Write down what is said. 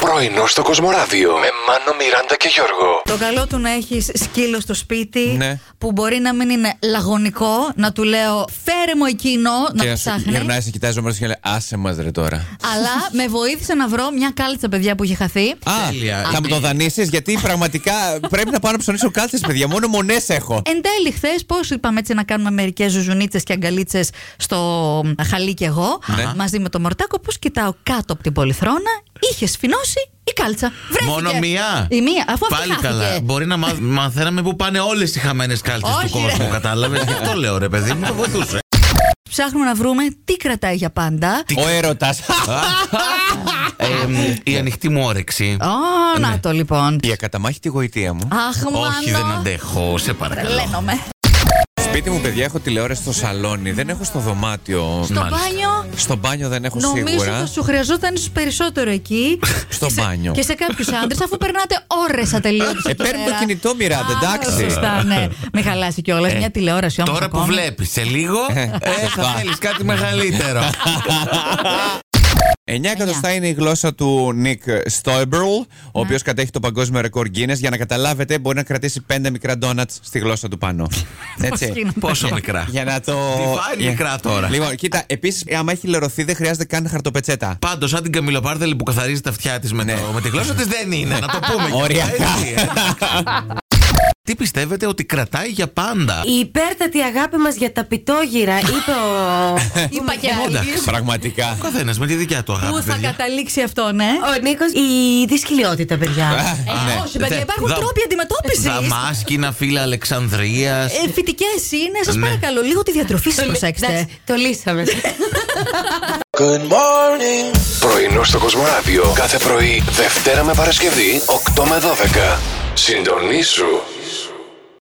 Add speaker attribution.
Speaker 1: Πρωινό στο Κοσμοράδιο με Μάνο, Μιράντα και Γιώργο.
Speaker 2: Το καλό του να έχεις σκύλο στο σπίτι
Speaker 3: Ναι.
Speaker 2: που μπορεί να μην είναι λαγωνικό, να του λέω φέρε μου εκείνο να το
Speaker 3: Και να
Speaker 2: ψάχνεις.
Speaker 3: γυρνάει, σε κοιτάζει ο Μάριος και λέει Άσε μας ρε τώρα.
Speaker 2: Αλλά με βοήθησε να βρω μια κάλτσα, παιδιά, που είχε χαθεί.
Speaker 3: Α,
Speaker 4: Τέλεια.
Speaker 3: θα μου το δανείσει γιατί πραγματικά πρέπει να πάω να ψωνίσω κάλτσες, παιδιά. Μόνο μονές έχω.
Speaker 2: Εν τέλει, χθες, πώς είπαμε έτσι να κάνουμε μερικές ζουζουνίτσες και αγκαλίτσες στο χαλί κι εγώ,
Speaker 3: Ναι.
Speaker 2: μαζί με το μορτάκο, πώς κοιτάω κάτω από την πολυθρόνα, είχε σφινώσει η κάλτσα. Βρέθηκε.
Speaker 4: Μόνο μία.
Speaker 2: Η μία, αφού αυτή
Speaker 4: Πάλι
Speaker 2: χάθηκε.
Speaker 4: καλά. Μπορεί να μα- μαθαίναμε πού πάνε όλες οι χαμένες κάλτσε του
Speaker 2: Όχι, ρε.
Speaker 4: κόσμου. Κατάλαβες. Γι' αυτό λέω ρε παιδί μου, το βοηθούσε.
Speaker 2: Ψάχνουμε να βρούμε τι κρατάει για πάντα.
Speaker 3: Ο έρωτας.
Speaker 4: Ε, μ,
Speaker 2: Ναι.
Speaker 4: Η ανοιχτή μου όρεξη.
Speaker 2: Ω, να το λοιπόν.
Speaker 3: Η ακαταμάχητη γοητεία μου.
Speaker 2: Αχ,
Speaker 4: Ναι. Όχι, δεν
Speaker 2: μάνα.
Speaker 4: αντέχω. Σε παρακαλώ.
Speaker 2: Τρελαίνομαι.
Speaker 3: Σπίτι μου, παιδιά, έχω τηλεόραση στο σαλόνι. Δεν έχω στο δωμάτιο.
Speaker 2: Στο
Speaker 4: Μάλιστα.
Speaker 2: μπάνιο.
Speaker 3: Στο μπάνιο δεν έχω
Speaker 2: Νομίζω
Speaker 3: σίγουρα.
Speaker 2: θα σου χρειαζόταν ίσως περισσότερο εκεί.
Speaker 3: Στο
Speaker 2: Και σε-
Speaker 3: μπάνιο.
Speaker 2: Και σε κάποιους άντρες, αφού περνάτε ώρες ατελείωτες.
Speaker 3: Ε, παίρνει το κινητό, Μιράντα, εντάξει.
Speaker 2: Σωστά, ναι. Μην χαλάσει κιόλας. Μια τηλεόραση όμως.
Speaker 4: Τώρα που βλέπεις, σε λίγο ε, θα
Speaker 3: σωστά.
Speaker 4: θέλει κάτι μεγαλύτερο.
Speaker 3: 9 εκατοστά είναι η γλώσσα του Νικ Στόιμπερλ, ο οποίος κατέχει το παγκόσμιο ρεκόρ Guinness. Για να καταλάβετε, μπορεί να κρατήσει 5 μικρά ντόνατ στη γλώσσα του πάνω. Έτσι.
Speaker 4: Πόσο μικρά.
Speaker 3: Για να το.
Speaker 4: Define
Speaker 3: για-
Speaker 4: μικρά τώρα.
Speaker 3: Λοιπόν, κοίτα, επίσης, άμα έχει λερωθεί, δεν χρειάζεται καν χαρτοπετσέτα.
Speaker 4: Πάντως, σαν την Καμιλοπάρδελη που καθαρίζει τα αυτιά της με,
Speaker 2: Ναι.
Speaker 4: το- με τη γλώσσα της, δεν είναι. Να το πούμε. κιόλας,
Speaker 3: Οριακά.
Speaker 4: έτσι, ε. Τι πιστεύετε ότι κρατάει για πάντα.
Speaker 5: Η υπέρτατη αγάπη μας για τα πιτόγυρα, είπε ο.
Speaker 2: Είπα και άλλη.
Speaker 3: Πραγματικά.
Speaker 4: Ο καθένας με τη δικιά του αγάπη.
Speaker 2: Πού θα
Speaker 4: παιδιά.
Speaker 2: καταλήξει αυτό, ναι.
Speaker 5: Ο Νίκος. Η δυσκολιότητα, παιδιά.
Speaker 2: Ε,
Speaker 3: ναι.
Speaker 2: Όχι, παιδιά,
Speaker 4: Δε-
Speaker 2: υπάρχουν
Speaker 4: δα-
Speaker 2: τρόποι αντιμετώπισης.
Speaker 4: Δαμάσκηνα, φίλα Αλεξανδρίας.
Speaker 2: Φοιτικέ Ε, είναι, σας παρακαλώ, λίγο τη διατροφή σας προσέξτε.
Speaker 5: Εντάξει, το λύσαμε.
Speaker 1: Πρωινό στο Κοσμοράδιο κάθε πρωί, Δευτέρα με Παρασκευή, 8 με 12. Συντονίσου.